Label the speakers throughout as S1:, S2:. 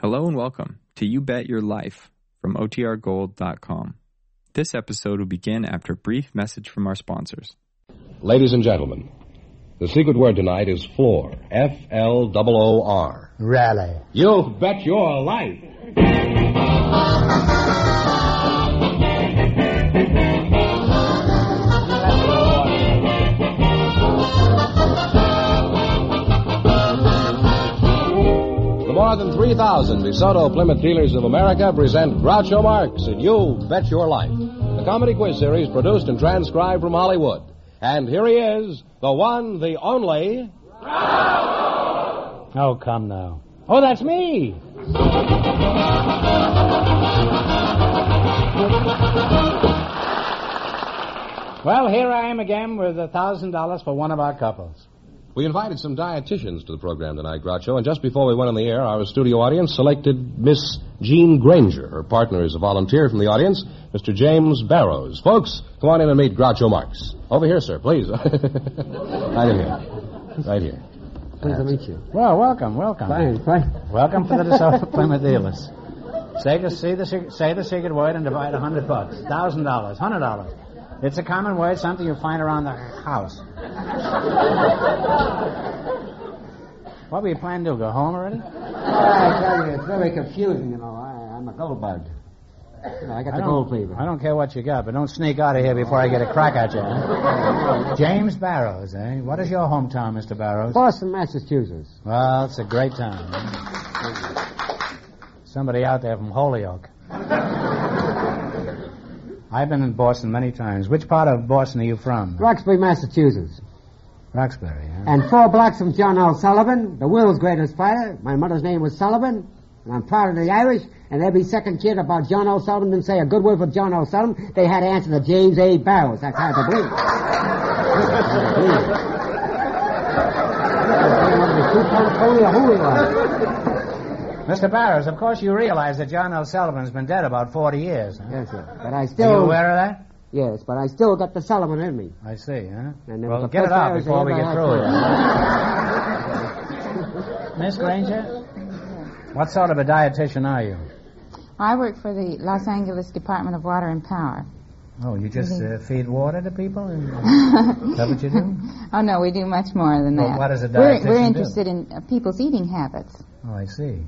S1: Hello and welcome to You Bet Your Life from OTRGold.com. This episode will begin after a brief message from our sponsors.
S2: Ladies and gentlemen, the secret word tonight is floor. F L O O R.
S3: Rally.
S2: You bet your life. The more than 3,000 DeSoto Plymouth dealers of America present Groucho Marx and You Bet Your Life, the comedy quiz series produced and transcribed from Hollywood. And here he is, the one, the only.
S3: Oh, come now. Oh, that's me. well, here I am again with a thousand dollars for one of our couples.
S2: We invited some dietitians to the program tonight, Groucho, and just before we went on the air, our studio audience selected Miss Jean Granger. Her partner is a volunteer from the audience, Mr. James Barrows. Folks, come on in and meet Groucho Marx. Over here, sir, please. right in here. Right here.
S4: Pleased to meet you.
S3: Well, welcome, welcome.
S4: Fine, fine.
S3: Welcome to the DeSoto Plymouth dealers. Say the, say, the, sec- say the secret word and divide a hundred bucks. Thousand dollars, hundred dollars. It's a common word, something you find around the house. what were you planning to do? Go home already?
S4: I tell you, it's very confusing, you know. I, I'm a gold bug. You know, I got the gold fever.
S3: I don't care what you got, but don't sneak out of here before I get a crack at you. James Barrows, eh? What is your hometown, Mr. Barrows?
S4: Boston, Massachusetts.
S3: Well, it's a great town. Somebody out there from Holyoke. I've been in Boston many times. Which part of Boston are you from?
S4: Roxbury, Massachusetts.
S3: Roxbury, eh? huh?
S4: And four blocks from John L. Sullivan, the world's greatest fighter. My mother's name was Sullivan, and I'm proud of the Irish. And every second kid about John O. Sullivan didn't say a good word for John O. Sullivan. They had to answer to James A. Barrows. That's hard to believe.
S3: Mr. Barrows, of course you realize that John L. Sullivan's been dead about 40 years. Huh?
S4: Yes, sir. But I
S3: Are you
S4: still,
S3: aware of that?
S4: yes, but I still got the Sullivan in me.
S3: I see, huh?
S4: And there was
S3: well,
S4: a
S3: get it
S4: first
S3: out
S4: Irish
S3: before we
S4: I
S3: get
S4: ever
S3: through
S4: had.
S3: with it. Miss Granger, what sort of a dietitian are you?
S5: I work for the Los Angeles Department of Water and Power.
S3: Oh, you just uh,
S4: Mm-hmm.
S3: feed water to people? And, is that what you do?
S5: Oh no, we do much more than
S3: Well,
S5: that.
S3: what does a
S5: We're,
S3: dietitian
S5: we're
S3: do?
S5: interested in uh, people's eating habits.
S3: Oh, I see.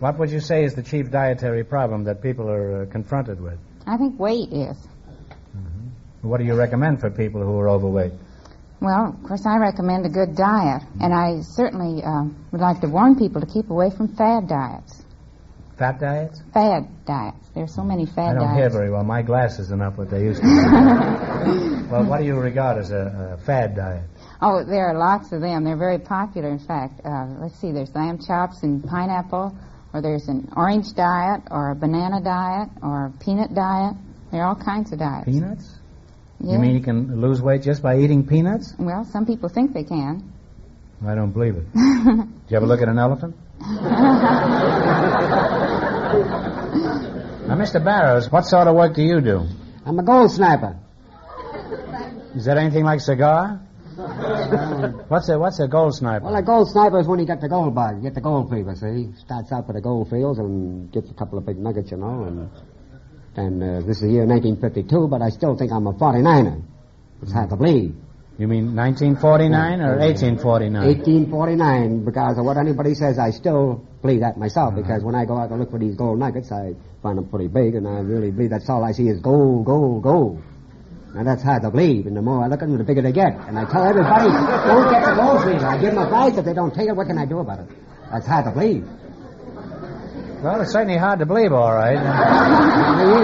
S3: What would you say is the chief dietary problem that people are uh, confronted with?
S5: I think weight is.
S3: What do you recommend for people who are overweight?
S5: Well, of course, I recommend a good diet, and I certainly um, would like to warn people to keep away from fad diets.
S3: Fat diets?
S5: Fad diets. There are so many
S3: I
S5: fad
S3: don't hear
S5: diets.
S3: very well. My glasses are not what they used to be. well, what do you regard as a, a fad diet?
S5: Oh, there are lots of them. They're very popular, in fact. Uh, let's see, there's lamb chops and pineapple, or there's an orange diet, or a banana diet, or a peanut diet. There are all kinds of diets.
S3: Peanuts?
S5: Yeah.
S3: You mean you can lose weight just by eating peanuts?
S5: Well, some people think they can.
S3: I don't believe it. Did you ever look at an elephant? now, Mr. Barrows, what sort of work do you do?
S4: I'm a gold sniper.
S3: Is that anything like cigar? what's a what's a gold sniper?
S4: Well, a gold sniper is when you get the gold bug, you get the gold fever, see? Starts out with the gold fields and gets a couple of big nuggets, you know, and and uh, this is the year 1952, but I still think I'm a 49er. It's hard to believe.
S3: you mean 1949 or 1849?
S4: 1849, because of what anybody says, I still believe that myself, because when I go out to look for these gold nuggets, I find them pretty big, and I really believe that's all I see is gold, gold, gold. Now that's hard to believe, and the more I look at them, the bigger they get. And I tell everybody, don't get the gold fever. I give them advice, if they don't take it, what can I do about it? That's hard to believe.
S3: Well, it's certainly hard to believe, all right.
S4: I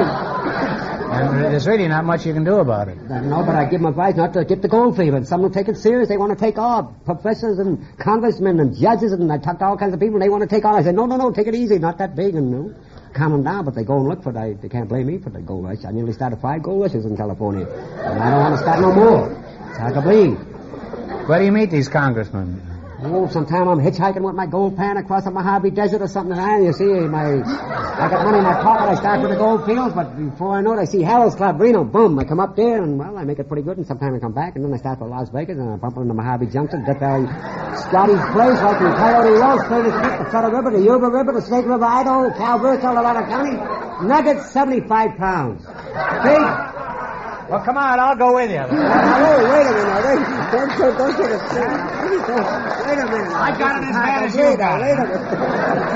S3: And there's really not much you can do about it.
S4: mean, no, but I give them advice not to get the gold fever. And some will take it serious. They want to take off. Professors and congressmen and judges and I talk to all kinds of people. They want to take off. I say, no, no, no, take it easy. Not that big and no. Calm them down, but they go and look for it. I- They can't blame me for the gold rush. I nearly started five gold rushes in California. And I don't want to start no more. It's hard to believe.
S3: Where do you meet these congressmen?
S4: Uh, Oh, sometime I'm hitchhiking with my gold pan across the Mojave Desert or something. And you see, my I got money in my pocket. I start for the gold fields, but before I know it, I see Harold's Club Reno. Boom! I come up there, and well, I make it pretty good. And sometime I come back, and then I start for Las Vegas, and I bump into Mojave Junction, Death Valley, Scotty's Place, right from Coyote Road, Curtis Creek, the Federal River, the Yuba River, the Snake River, Idaho, Calvert, Colorado County. Nuggets, seventy-five pounds. Big.
S3: Well, come on, I'll go with you.
S4: Hello, wait a minute. Wait, don't, don't, don't get upset. Wait a minute.
S3: I got it as bad as
S4: Wait
S3: you got
S4: a-
S3: it.
S4: Wait a minute.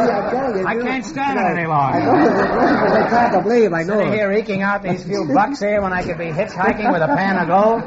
S4: See, I'm telling you,
S3: I
S4: you-
S3: can't stand
S4: you know,
S3: it any
S4: I
S3: longer.
S4: know it's impossible. It's hard to believe. I know.
S3: Sitting
S4: it.
S3: here eking out these few bucks here when I could be hitchhiking with a pan of gold.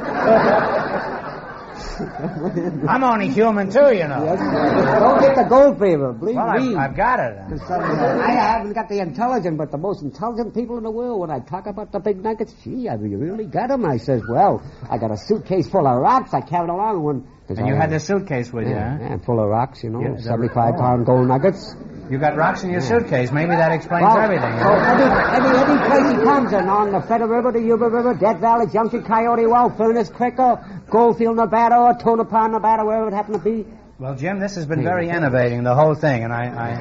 S3: I'm only human too, you know.
S4: Yes, sir. don't get the gold fever. Believe
S3: Well,
S4: me.
S3: I've, I've got it.
S4: I haven't got the intelligence, but the most intelligent people in the world. When I talk about the big nuggets, gee, I mean, you really got 'em. I says, well, I got a suitcase full of rocks. I carried along one. 'cause
S3: And you
S4: I-
S3: had this suitcase with you,
S4: Yeah,
S3: huh?
S4: yeah, full of rocks, you know,
S3: Yeah, is that right?
S4: 75 pound gold nuggets.
S3: You got rocks in your suitcase. Maybe that explains
S4: Well,
S3: everything.
S4: So every, every, every place he comes in, on the Federal River, the Yuba River, Dead Valley, Junction, Coyote Well, Furnace Creek, or Goldfield, Nevada, or Tonopah, Nevada, wherever it happened to be.
S3: Well, Jim, this has been very innovating, the whole thing, and I, I,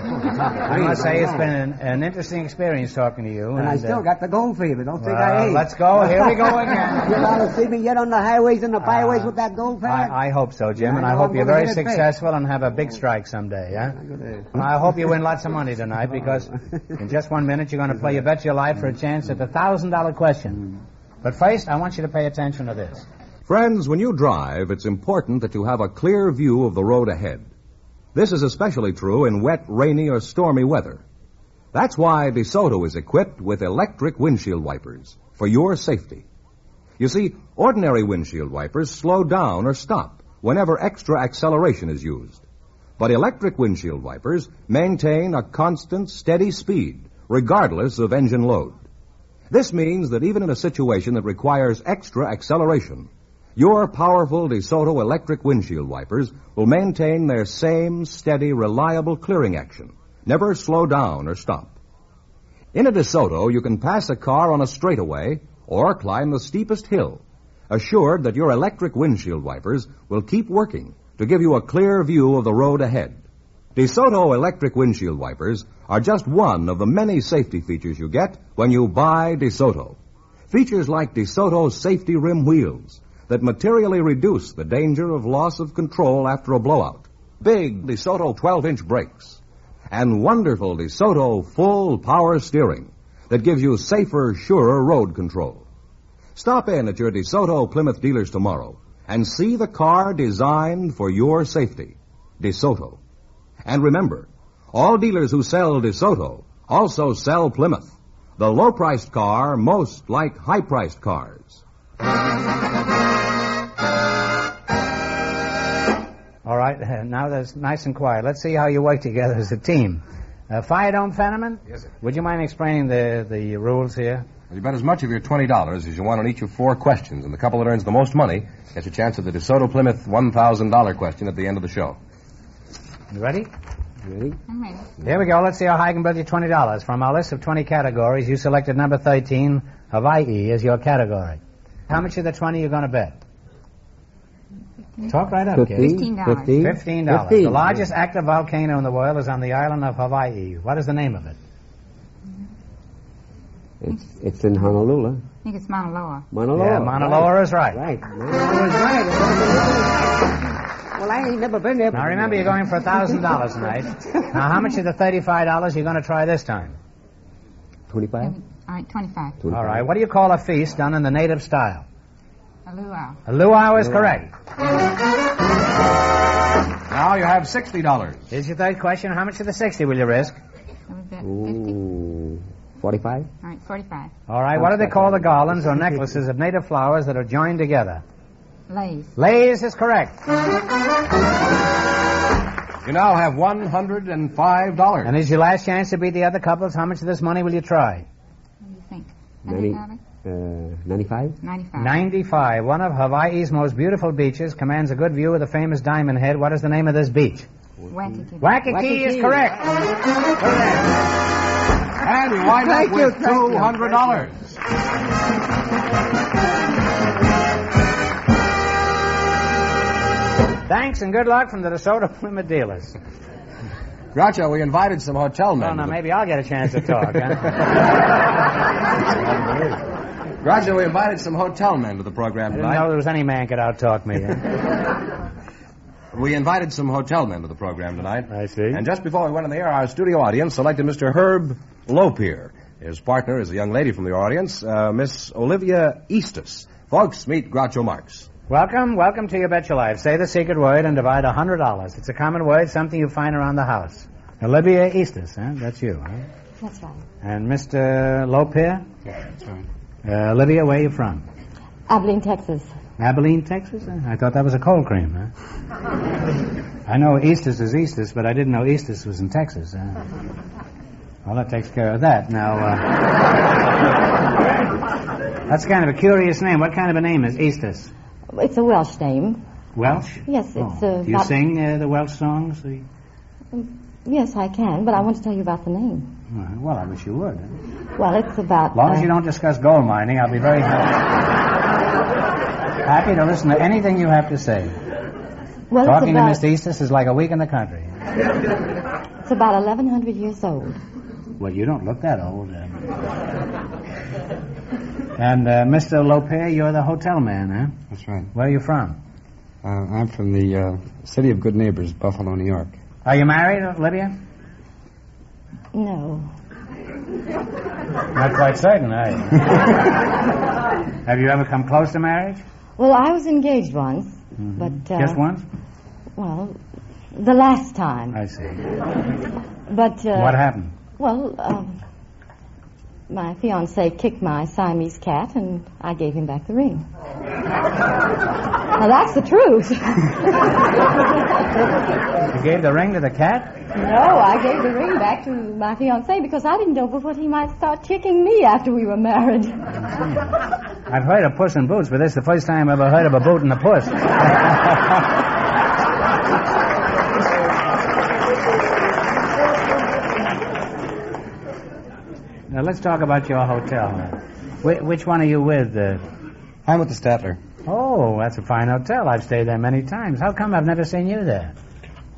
S3: I must say it's been an, an interesting experience talking to you.
S4: And I still
S3: uh,
S4: got the gold fever. Don't think
S3: well,
S4: I ain't.
S3: let's go. Here we go again.
S4: you ought to see me yet on the highways and the byways
S3: Uh,
S4: with that gold fever.
S3: I, I hope so, Jim, and
S4: I
S3: I
S4: know
S3: hope
S4: I'm
S3: you're
S4: gonna
S3: very
S4: get it big.
S3: successful and have a big strike someday, yeah? And I hope you win lots of money tonight because in just one minute you're going to play You Bet Your Life for a chance at the $1,000 question. But first, I want you to pay attention to this.
S6: Friends, when you drive, it's important that you have a clear view of the road ahead. This is especially true in wet, rainy, or stormy weather. That's why DeSoto is equipped with electric windshield wipers for your safety. You see, ordinary windshield wipers slow down or stop whenever extra acceleration is used. But electric windshield wipers maintain a constant, steady speed regardless of engine load. This means that even in a situation that requires extra acceleration, your powerful DeSoto electric windshield wipers will maintain their same steady, reliable clearing action, never slow down or stop. In a DeSoto, you can pass a car on a straightaway or climb the steepest hill, assured that your electric windshield wipers will keep working to give you a clear view of the road ahead. DeSoto electric windshield wipers are just one of the many safety features you get when you buy DeSoto. Features like DeSoto safety rim wheels that materially reduce the danger of loss of control after a blowout, big DeSoto 12 inch brakes, and wonderful DeSoto full power steering that gives you safer, surer road control. Stop in at your DeSoto Plymouth dealers tomorrow and see the car designed for your safety. DeSoto. And remember, all dealers who sell DeSoto also sell Plymouth, the low priced car most like high priced cars.
S3: All right, now that's nice and quiet. Let's see how you work together as a team. Uh, Fire Dome Fenneman?
S6: Yes, sir.
S3: Would you mind explaining the, the rules here?
S6: You bet as much of your $20 as you want on each of four questions, and the couple that earns the most money gets a chance at the DeSoto Plymouth $1,000 question at the end of the show.
S3: You ready?
S5: I'm ready.
S3: Here we go. Let's see how high I can build you twenty dollars. From our list of twenty categories, you selected number thirteen of IE as your category. How much of the twenty you going to bet? Talk right up, kid.
S5: Fifteen dollars.
S3: Fifteen dollars. The largest active volcano in the world is on the island of Hawaii. What is the name of it?
S4: It's, it's in Honolulu.
S5: I think it's Mauna Loa.
S4: Mauna Loa.
S3: yeah, Mauna Loa is right.
S4: Right. Mauna Loa's right. Well, I ain't never been there.
S3: Now remember, you're going for thousand dollars tonight. Now, how much of the thirty-five dollars you going to try this time?
S4: 25?
S5: All right, twenty-five.
S3: All right. What do you call a feast done in the native style?
S5: A luau.
S3: A luau is correct.
S6: Now you have $60.
S3: Here's your third question. How much of the sixty will you risk?
S5: That was it. Fifty.
S4: Ooh, 45?
S5: All right, forty-five.
S3: All right, what do they call the garlands or necklaces of native flowers that are joined together?
S5: Lays.
S3: Lays is correct.
S6: You now have $105.
S3: And is your last chance to beat the other couples? How much of this money will you try?
S5: What do you think?
S4: Ninety-
S5: Hundred dollars.
S4: Uh, 95?
S5: Ninety-five.
S3: 95. One of Hawaii's most beautiful beaches commands a good view of the famous Diamond Head. What is the name of this beach?
S5: Wacky kid.
S3: Waikiki is correct.
S6: And you wind
S4: Thank you, thank you.
S6: $200.
S3: Thanks and good luck from the DeSoto Plymouth dealers.
S7: Groucho, we invited some hotel men.
S3: Well, now
S7: to the-
S3: maybe I'll get a chance to talk. huh?
S7: Groucho, we invited some hotel men to the program
S3: I didn't
S7: tonight.
S3: know there was any man could outtalk me. huh?
S7: We invited some hotel men to the program tonight.
S3: I see.
S7: And just before we went on the air, our studio audience selected Mr. Herb Lopier. His partner is a young lady from the audience, uh, Miss Olivia Eastus. Folks, meet Groucho Marx.
S3: Welcome, welcome to You Bet Your Life. Say the secret word and divide a hundred dollars. It's a common word, something you find around the house. Olivia Eastis, huh? That's you, huh?
S8: That's right.
S3: And Mr. Lopier?
S8: Yeah, that's right.
S3: Uh, Olivia, where are you from?
S8: Abilene, Texas.
S3: Abilene, Texas? Huh? I thought that was a cold cream, huh? I know Eastis is Eastis, but I didn't know Eastis was in Texas. Huh? Well, that takes care of that. Now, uh, that's kind of a curious name. What kind of a name is Eastis?
S8: It's a Welsh name.
S3: Welsh?
S8: Yes, it's
S3: oh.
S8: uh,
S3: Do you
S8: about- Mm,
S3: sing uh, the Welsh songs? Or you-
S8: Yes, I can, but I want to tell you about the name.
S3: All right, Well, I wish you would. As
S8: Well, it's about.
S3: long as
S8: uh,
S3: you don't discuss gold mining, I'll be very happy. happy to listen to anything you have to say.
S8: well,
S3: Talking to
S8: it's about,
S3: Miss Eastis is like a week in the country.
S8: It's about 1,100 years old.
S3: Well, you don't look that old. uh. and uh, Mr. Lope, you're the hotel man, huh?
S6: That's right.
S3: Where are you from?
S6: Uh, I'm from the uh, city of good neighbors, Buffalo, New York.
S3: Are you married, Lydia?
S8: No.
S3: Not quite certain, are you? have you ever come close to marriage?
S8: Well, I was engaged once, but. Uh,
S3: Mm-hmm. Just once?
S8: Well, the last time.
S3: I see.
S8: But. Uh,
S3: what happened?
S8: Well, um, my fiance kicked my Siamese cat, and I gave him back the ring. now that's the truth.
S3: You gave the ring to the cat?
S8: no, I gave the ring back to my fiance because I didn't know but what he might start kicking me after we were married.
S3: I've heard of Puss in Boots, but this is the first time I've ever heard of a boot and a puss. now let's talk about your hotel. Wh- which one are you with? Uh...
S6: I'm with the Statler.
S3: Oh, that's a fine hotel. I've stayed there many times. How come I've never seen you there?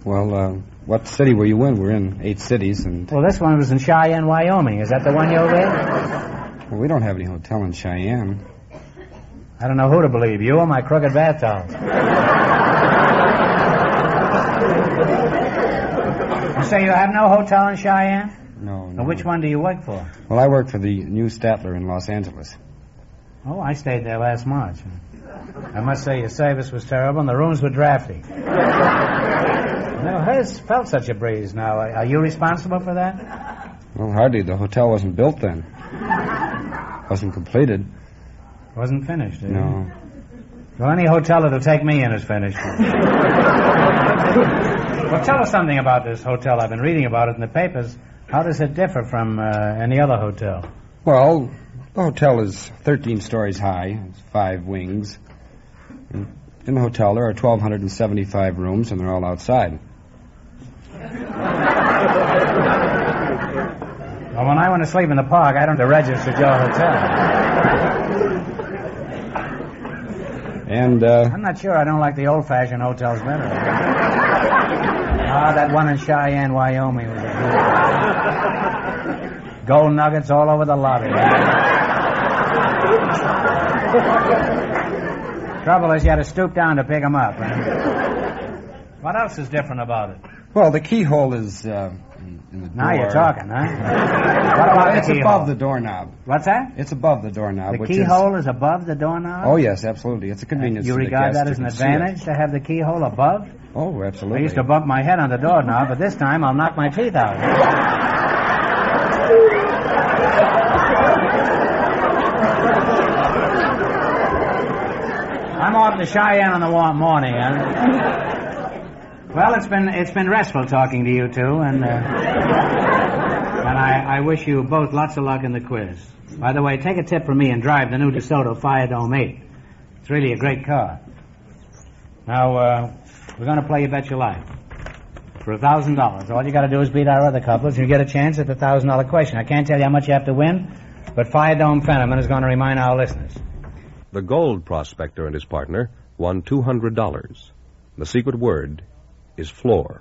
S6: Well, uh, what city were you in? We're in eight cities, and
S3: Well, this one was in Cheyenne, Wyoming. Is that the one you're with?
S6: well, we don't have any hotel in Cheyenne.
S3: I don't know who to believe, you or my crooked bathtub. you say you have no hotel in Cheyenne?
S6: No. no.
S3: Now, which one do you work for?
S6: Well, I work for the new Statler in Los Angeles.
S3: Oh, I stayed there last March. I must say your service was terrible and the rooms were drafty. Never heard, felt such a breeze. Now, are are you responsible for that?
S6: Well, hardly. The hotel wasn't built then. wasn't completed.
S3: Wasn't finished. eh?
S6: No.
S3: Well, any hotel that'll take me in is finished. well, tell us something about this hotel. I've been reading about it in the papers. How does it differ from uh, any other hotel?
S6: Well, the hotel is 13 stories high. It's five wings. In the hotel, there are 1,275 rooms, and they're all outside.
S3: Well, when I want to sleep in the park, I don't have to register at your hotel.
S6: And uh,
S3: I'm not sure I don't like the old-fashioned hotels better. ah, that one in Cheyenne, Wyoming was a good one. Gold nuggets all over the lobby. Trouble is you had to stoop down to pick 'em up. What else is different about it?
S6: Well, the keyhole is uh, in, in the door.
S3: Now you're talking, huh? What about
S6: Well, it's
S3: the keyhole?
S6: above the doorknob.
S3: What's that?
S6: It's above the doorknob.
S3: The
S6: which
S3: keyhole is above the doorknob?
S6: Is, oh yes, absolutely. It's a convenience.
S3: You
S6: to the
S3: regard
S6: guest
S3: that
S6: to
S3: as an
S6: conceal it.
S3: advantage to have the keyhole above?
S6: Oh, absolutely.
S3: I used to bump my head on the doorknob, but this time I'll knock my teeth out. I'm off to Cheyenne on the warm morning. Huh? Well, it's been it's been restful talking to you two, and uh, and I, I wish you both lots of luck in the quiz. By the way, take a tip from me and drive the new DeSoto Fire Dome 8. It's really a great car. Now, uh, we're going to play You Bet Your Life for a $1,000. All you got to do is beat our other couples, and you get a chance at the $1,000 question. I can't tell you how much you have to win, but Fire Dome Fenneman is going to remind our listeners.
S2: The gold prospector and his partner won $200.
S7: The secret word is floor.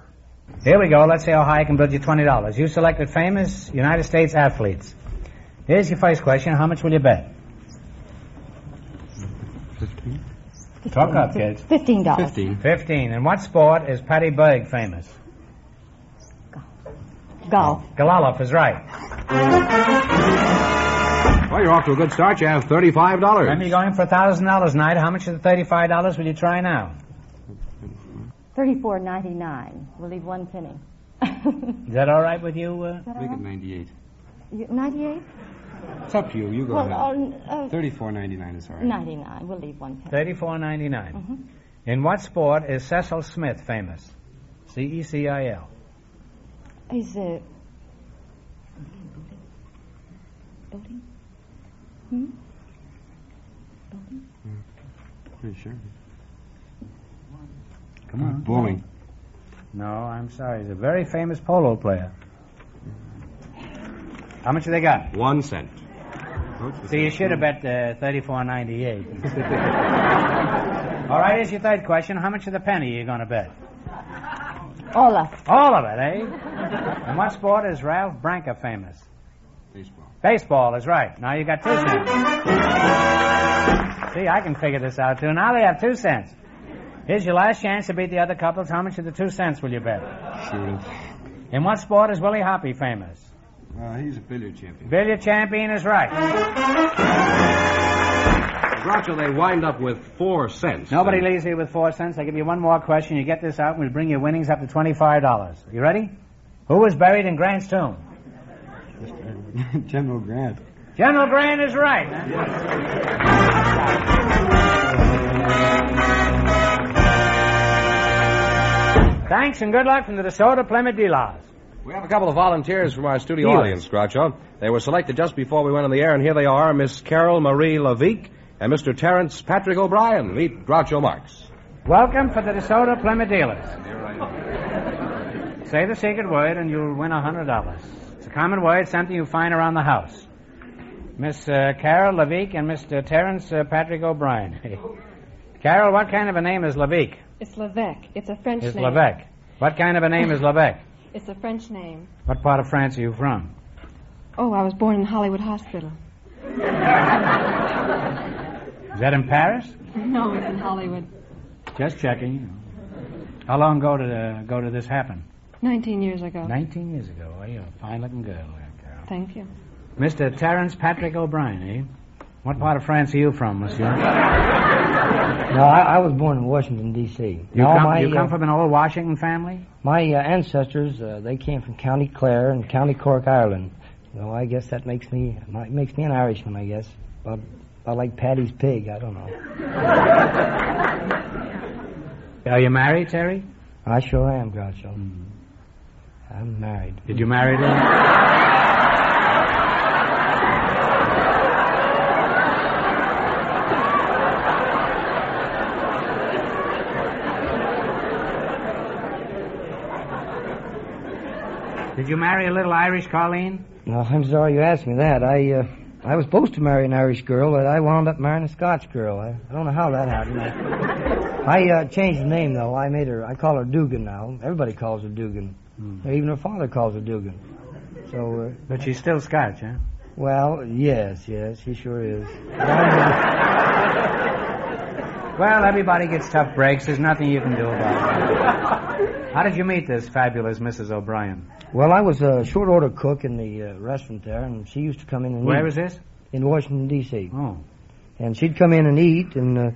S3: Here we go. Let's see how high I can build you $20. You selected famous United States athletes. Here's your first question. How much will you bet? Talk up, kids.
S8: Fifteen dollars.
S6: Fifteen.
S3: 15. In what sport is Patty Berg famous?
S8: Golf.
S3: Galalov is right.
S2: Well, you're off to a good start. You have thirty-five
S3: Remember,
S2: dollars.
S3: you're going for $1,000 tonight. How much of the $35 will you try now?
S8: Thirty-four ninety-nine. We'll leave one penny.
S3: Is that all right with you? Uh,
S6: Make it 98.
S8: You- Ninety-eight.
S6: It's up to you. You go
S8: Well,
S6: ahead.
S8: uh, uh,
S6: 34.99 is all right.
S8: ninety-nine. We'll leave one penny.
S3: 34.99.
S8: Mhm.
S3: In what sport is Cecil Smith famous? C E C I L.
S8: He's a building. Hmm?
S6: Pretty sure. Come on. Bowling.
S3: No, I'm sorry. He's a very famous polo player. How much have they got?
S2: One cent.
S3: See, you should have bet uh, thirty-four ninety-eight. All right, here's your third question. How much of the penny are you going to bet?
S8: All up.
S3: All of it, eh? In what sport is Ralph Branca famous?
S6: Baseball.
S3: Baseball is right. Now you got two cents. See, I can figure this out too. Now they have two cents. Here's your last chance to beat the other couples. How much of the two cents will you bet?
S6: Shoot it.
S3: In what sport is Willie Hoppy famous?
S6: Uh, he's a billiard champion.
S3: Billiard champion is right.
S2: Groucho, they wind up with four cents.
S3: Nobody leaves here with four cents. I give you one more question. You get this out, and we'll bring your winnings up to twenty-five dollars. You ready? Who was buried in Grant's tomb?
S6: General Grant.
S3: General Grant is right. Thanks and good luck from the DeSoto Plymouth Dealers.
S2: We have a couple of volunteers from our studio
S3: Yes.
S2: audience, Groucho. They were selected just before we went on the air, and here they are Miss Carol Marie Lavique and Mr. Terence Patrick O'Brien. Meet Groucho Marx.
S3: Welcome for the DeSoto Plymouth Dealers. Say the secret word and you'll win a hundred dollars. It's a common word, something you find around the house. Miss uh, Carol Lavique and Mr. Terence uh, Patrick O'Brien. Carol, what kind of a name is Lavique?
S9: It's Levesque. It's a French
S3: Is
S9: name.
S3: Levesque. What kind of a name is Levesque?
S9: It's a French name.
S3: What part of France are you from?
S9: Oh, I was born in Hollywood Hospital.
S3: Is that in Paris?
S9: No, it's in Hollywood.
S3: Just checking. How long ago did uh, go did this happen?
S9: Nineteen years ago.
S3: Nineteen years ago. Well, you're a fine-looking girl, there, Carol.
S9: Thank you.
S3: Mr. Terence Patrick O'Brien, eh? What part of France are you from, Monsieur?
S10: No, I, I was born in Washington D.C.
S3: You,
S10: No,
S3: come,
S10: my
S3: you
S10: uh,
S3: come from an old Washington family?
S10: my uh, ancestors uh, they came from County Clare and County Cork, Ireland. Well, I guess that makes me my, makes me an Irishman. I guess, but I like Patty's pig. I don't know.
S3: Are you married, Terry? Mm-hmm.
S10: I sure am, Groucho. I'm married.
S3: Did you marry her? Did you marry a little Irish Colleen?
S10: No, I'm sorry you asked me that. I uh, I was supposed to marry an Irish girl, but I wound up marrying a Scotch girl. I, I don't know how that happened. I, I uh, changed the name though. I made her. I call her Dugan now. Everybody calls her Dugan. Even her father calls her Dugan. So. Uh,
S3: Hmm. But she's still Scotch, huh?
S10: Well, yes, yes, he sure is.
S3: Well, everybody gets tough breaks. There's nothing you can do about it. How did you meet this fabulous Mrs. O'Brien?
S10: Well, I was a short order cook in the uh, restaurant there, and she used to come in and
S3: Where
S10: eat
S3: was this?
S10: in Washington D.C.
S3: Oh.
S10: And she'd come in and eat, and uh,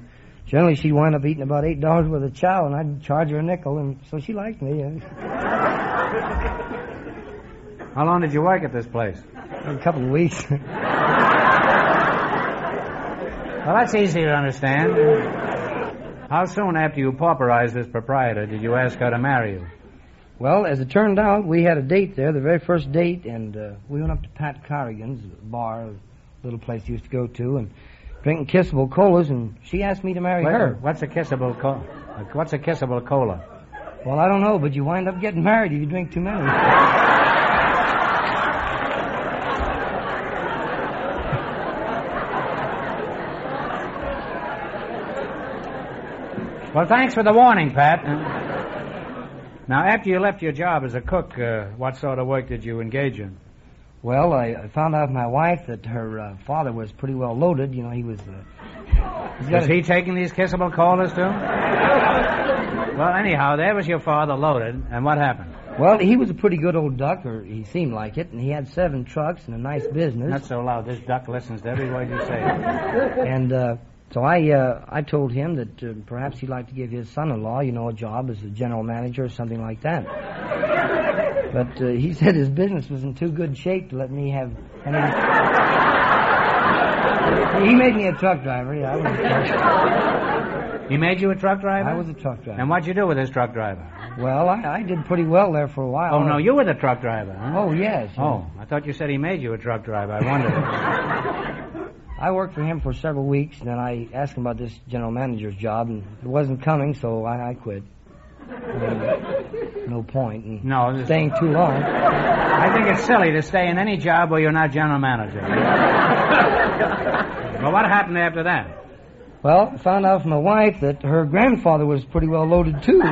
S10: generally she'd wind up eating about eight dollars worth of chow, and I'd charge her a nickel, and so she liked me. And
S3: How long did you work at this place?
S10: a couple of weeks,
S3: Well, that's easy to understand. How soon after you pauperized this proprietor did you ask her to marry you?
S10: well, as it turned out, we had a date there, the very first date, and uh, we went up to Pat Corrigan's bar, a little place he used to go to, and drinking kissable colas, and she asked me to marry
S3: Wait,
S10: her.
S3: What's a kissable cola? What's a kissable cola?
S10: Well, I don't know, but you wind up getting married if you drink too many.
S3: Well, thanks for the warning, Pat. Now, after you left your job as a cook, uh, what sort of work did you engage in?
S2: Well, I, I found out from my wife that her uh, father was pretty well loaded. You know, he was. Uh, he's got
S3: Was
S2: a-
S3: he taking these kissable callers, too? well, anyhow, there was your father loaded, and what happened?
S2: Well, he was a pretty good old duck, or he seemed like it, and he had seven trucks and a nice business.
S3: Not so loud. This duck listens to every word you say.
S2: and uh, so I uh, I told him that uh, perhaps he'd like to give his son-in-law, you know, a job as a general manager or something like that. But uh, he said his business was in too good shape to let me have any. he made me a truck driver. Yeah, I was a truck
S3: He made you a truck driver?
S2: I was a truck driver.
S3: And what'd you do with this truck driver?
S2: Well, I, I did pretty well there for a while.
S3: Oh, no, you were the truck driver, huh?
S2: Oh yes.
S3: Oh, I thought you said he made you a truck driver. I wondered.
S2: I worked for him for several weeks, and then I asked him about this general manager's job, and it wasn't coming, so I, I quit. No point in
S3: No, this-
S2: staying too long.
S3: I think it's silly to stay in any job where you're not general manager. well, what happened after that?
S2: Well, I found out from my wife that her grandfather was pretty well loaded too.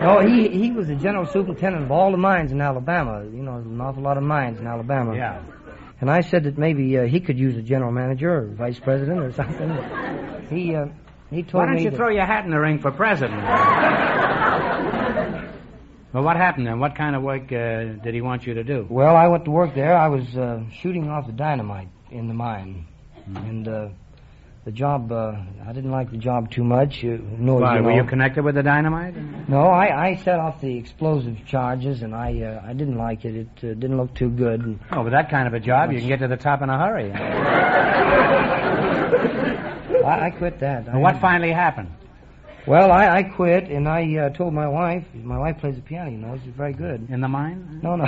S2: No, he he was the general superintendent of all the mines in Alabama. You know, an awful lot of mines in Alabama.
S3: Yeah.
S2: And I said that maybe uh, he could use a general manager or vice president or something. He uh, he told
S3: Why don't
S2: me
S3: you
S2: that-
S3: throw your hat in the ring for president? well, what happened then? What kind of work uh, did he want you to do?
S2: Well, I went to work there. I was uh, shooting off the dynamite in the mine,
S3: Hmm.
S2: and uh, the job. Uh, I didn't like the job too much. You know,
S3: Why,
S2: you know.
S3: were you connected with the dynamite?
S2: no, I, I set off the explosive charges, and I uh, I didn't like it. It uh, didn't look too good. And
S3: Oh, with that kind of a job, you can get to the top in a hurry.
S2: I, I quit that. I,
S3: what finally happened?
S2: Well, I, I quit, and I uh, told my wife. My wife plays the piano. You know, she's very good.
S3: In the mine?
S2: No, no.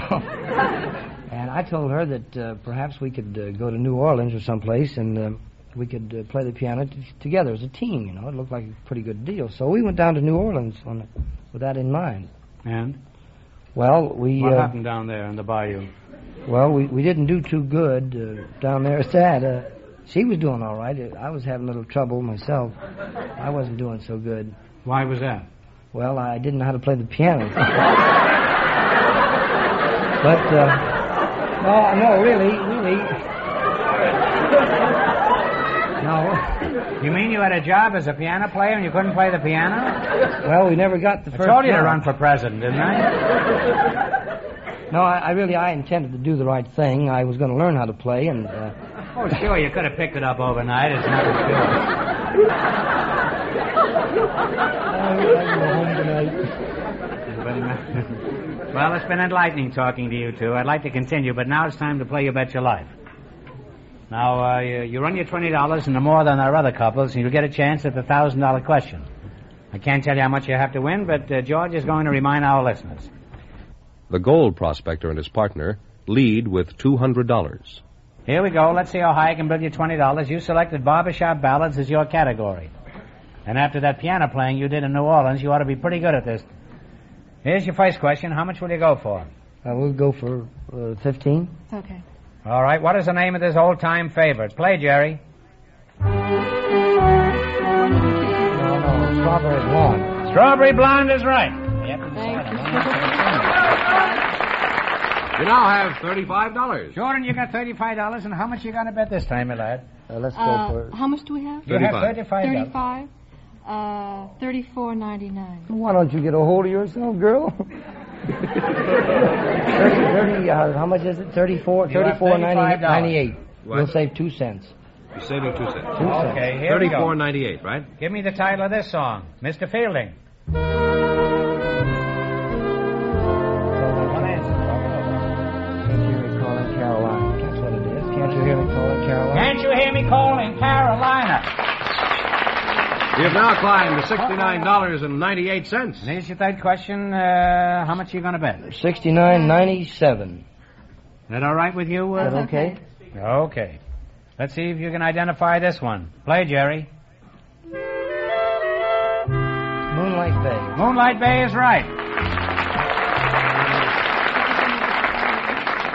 S2: and I told her that uh, perhaps we could uh, go to New Orleans or someplace and uh, we could uh, play the piano t- together as a team. You know, it looked like a pretty good deal. So we went down to New Orleans on, with that in mind.
S3: And?
S2: Well, we
S3: What
S2: uh,
S3: happened down there in the bayou?
S2: well we, we didn't do too good uh, down there at that. Uh, she was doing all right. Uh, I was having a little trouble myself. I wasn't doing so good.
S3: Why was that?
S2: Well, I didn't know how to play the piano. but, uh, no, no, really, really. No.
S3: You mean you had a job as a piano player and you couldn't play the piano?
S2: Well, we never got the
S3: I
S2: first.
S3: told you to
S2: job.
S3: run for president, didn't I?
S2: No, I, I really, I intended to do the right thing. I was going to learn how to play, and uh,
S3: Oh, sure, you could have picked it up overnight. It's not as good.
S2: I, I go home tonight.
S3: uh, well, it's been enlightening talking to you two. I'd like to continue, but now it's time to play You Bet Your Life. Now, uh, you, you run your $20 into more than our other couples, and you'll get a chance at the $1,000 question. I can't tell you how much you have to win, but uh, George is going to remind our listeners.
S4: The gold prospector and his partner lead with $200.
S3: Here we go. Let's see how high I can build you $20. You selected barbershop ballads as your category. And after that piano playing you did in New Orleans, you ought to be pretty good at this. Here's your first question. How much will you go for?
S2: I will go for uh, fifteen.
S9: It's okay.
S3: All right, what is the name of this old time favorite? Play, Jerry.
S2: No, no, strawberry blonde.
S3: Strawberry Blonde is right. Yep.
S4: You now have $35.
S3: Jordan, you got thirty-five dollars, and how much you gonna bet this time, my lad?
S2: Uh, let's go
S9: Uh,
S2: for.
S9: how much do we have?
S3: You have
S4: 35.
S3: thirty-five dollars.
S9: Thirty-five. Uh, thirty-four ninety-nine.
S2: Why don't you get a hold of yourself, girl? thirty, thirty uh, how much is it? Thirty-four,
S3: You have
S2: thirty-four, ninety-eight.
S3: $35.
S2: ninety-eight. We'll
S4: What?
S2: save two cents.
S4: You're saving two cents.
S3: Okay, here we
S4: Thirty-four
S3: go.
S4: ninety-eight, right?
S3: Give me the title of this song, Mr. Fielding.
S2: Can't you hear me calling Caroline? That's what it is. Can't you hear me calling Caroline?
S3: Can't you hear me calling Carolina?
S4: You've now climbed to $69.98.
S3: And here's your third question. Uh, how much you gonna bet? Is
S2: Sixty-nine ninety-seven.
S3: that all right with you?
S2: Is
S3: Uh,
S2: that okay?
S3: okay. Let's see if you can identify this one. Play, Jerry.
S2: Moonlight Bay.
S3: Moonlight Bay is right.
S4: You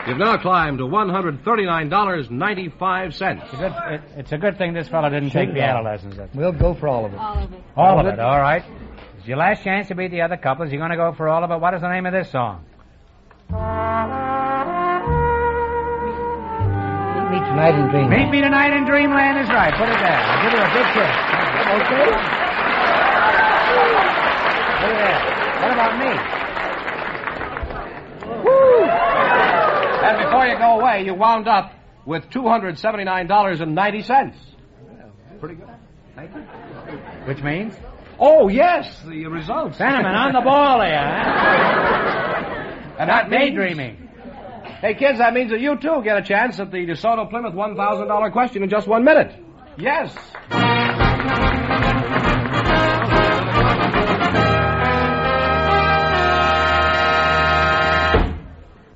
S2: You've now climbed to $139.95.
S3: Good, it, it's a good thing this fellow didn't take the adolescence.
S6: We'll go for all of it.
S9: All of it.
S3: All of it, all right. It's your last chance to beat the other couples. You're going to go for all of it. What is the name of this song?
S6: Meet me tonight in dreamland.
S3: Meet me tonight in Dreamland is right. Put it there. I'll give you a good kiss. Okay? Put it there. What about me?
S2: And before you go away, you wound up with $279.90. Pretty good. Thank you.
S3: Which means?
S2: Oh, yes, the results.
S3: Cinnamon on the ball there.
S2: And
S3: Not
S2: that means...
S3: daydreaming.
S2: Hey, kids, that means that you, too, get a chance at the DeSoto Plymouth $1,000 question in just one minute. Yes.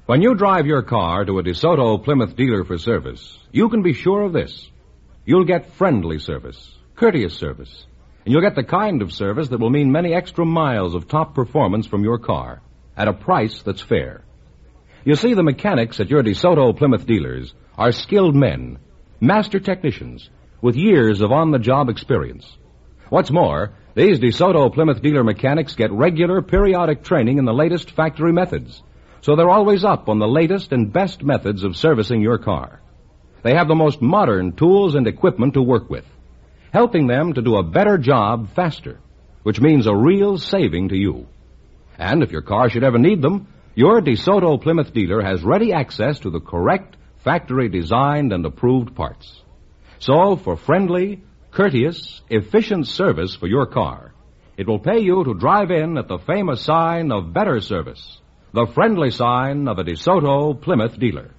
S2: When you drive your car to a DeSoto Plymouth dealer for service, you can be sure of this. You'll get friendly service, courteous service, and you'll get the kind of service that will mean many extra miles of top performance from your car at a price that's fair. You see, the mechanics at your DeSoto Plymouth dealers are skilled men, master technicians, with years of on the job experience. What's more, these DeSoto Plymouth dealer mechanics get regular periodic training in the latest factory methods, so they're always up on the latest and best methods of servicing your car. They have the most modern tools and equipment to work with, helping them to do a better job faster, which means a real saving to you. And if your car should ever need them, your DeSoto Plymouth dealer has ready access to the correct factory designed and approved parts. So, for friendly, courteous, efficient service for your car, it will pay you to drive in at the famous sign of better service, the friendly sign of a DeSoto Plymouth dealer.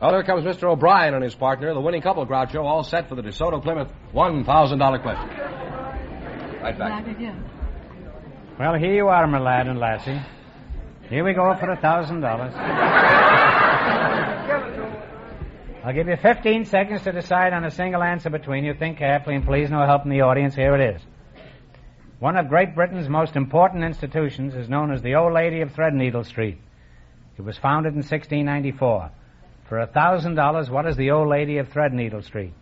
S2: Well, there comes Mr. O'Brien and his partner, the winning couple, Groucho, all set for the DeSoto Plymouth $1,000 question. Right back.
S9: Back again.
S3: Well, here you are, my lad and lassie. Here we go for a thousand dollars. I'll give you 15 seconds to decide on a single answer between you. Think carefully and please no help in the audience. Here it is. One of Great Britain's most important institutions is known as the Old Lady of Threadneedle Street. It was founded in 1694. For a thousand dollars, what is the Old Lady of Threadneedle Street?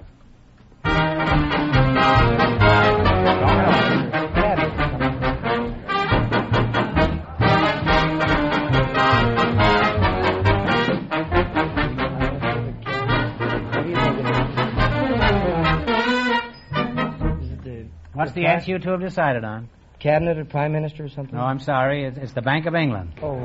S3: What's the answer you two have decided on?
S6: Cabinet or Prime Minister or something?
S3: No, I'm sorry. It's, it's the Bank of England.
S6: Oh.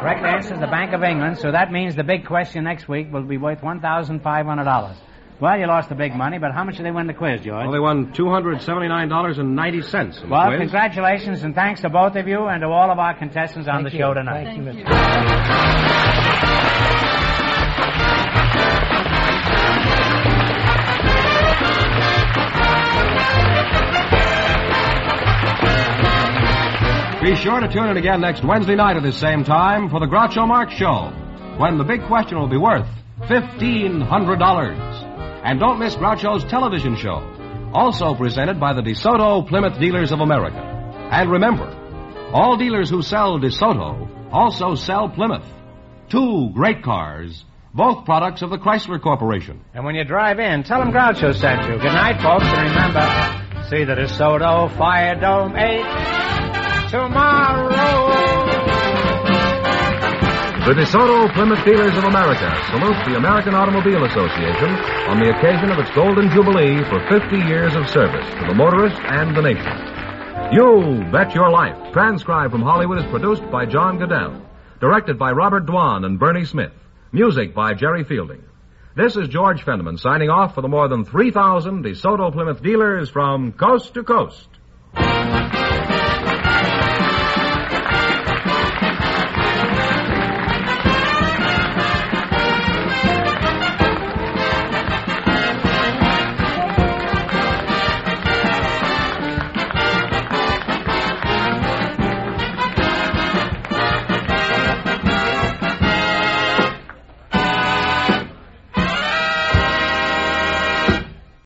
S3: Correct answer is the Bank of England, so that means the big question next week will be worth $1,500. Well, you lost the big money, but how much did they win the quiz, George?
S2: Well, they won $279.90. in the
S3: Well,
S2: quiz.
S3: congratulations and thanks to both of you and to all of our contestants on the
S6: Thank you.
S3: show tonight.
S6: Thank you, Mr.
S2: Be sure to tune in again next Wednesday night at the same time for the Groucho Marx Show, when the big question will be worth $1,500. And don't miss Groucho's television show, also presented by the DeSoto Plymouth Dealers of America. And remember, all dealers who sell DeSoto also sell Plymouth. Two great cars, both products of the Chrysler Corporation.
S3: And when you drive in, tell them Groucho sent you. Good night, folks, and remember, see the DeSoto Fire Dome 8 tomorrow.
S2: The DeSoto Plymouth Dealers of America salutes the American Automobile Association on the occasion of its Golden Jubilee for 50 years of service to the motorist and the nation. You Bet Your Life, transcribed from Hollywood, is produced by John Goodell, directed by Robert Dwan and Bernie Smith, music by Jerry Fielding. This is George Fenneman signing off for the more than 3,000 DeSoto Plymouth dealers from coast to coast.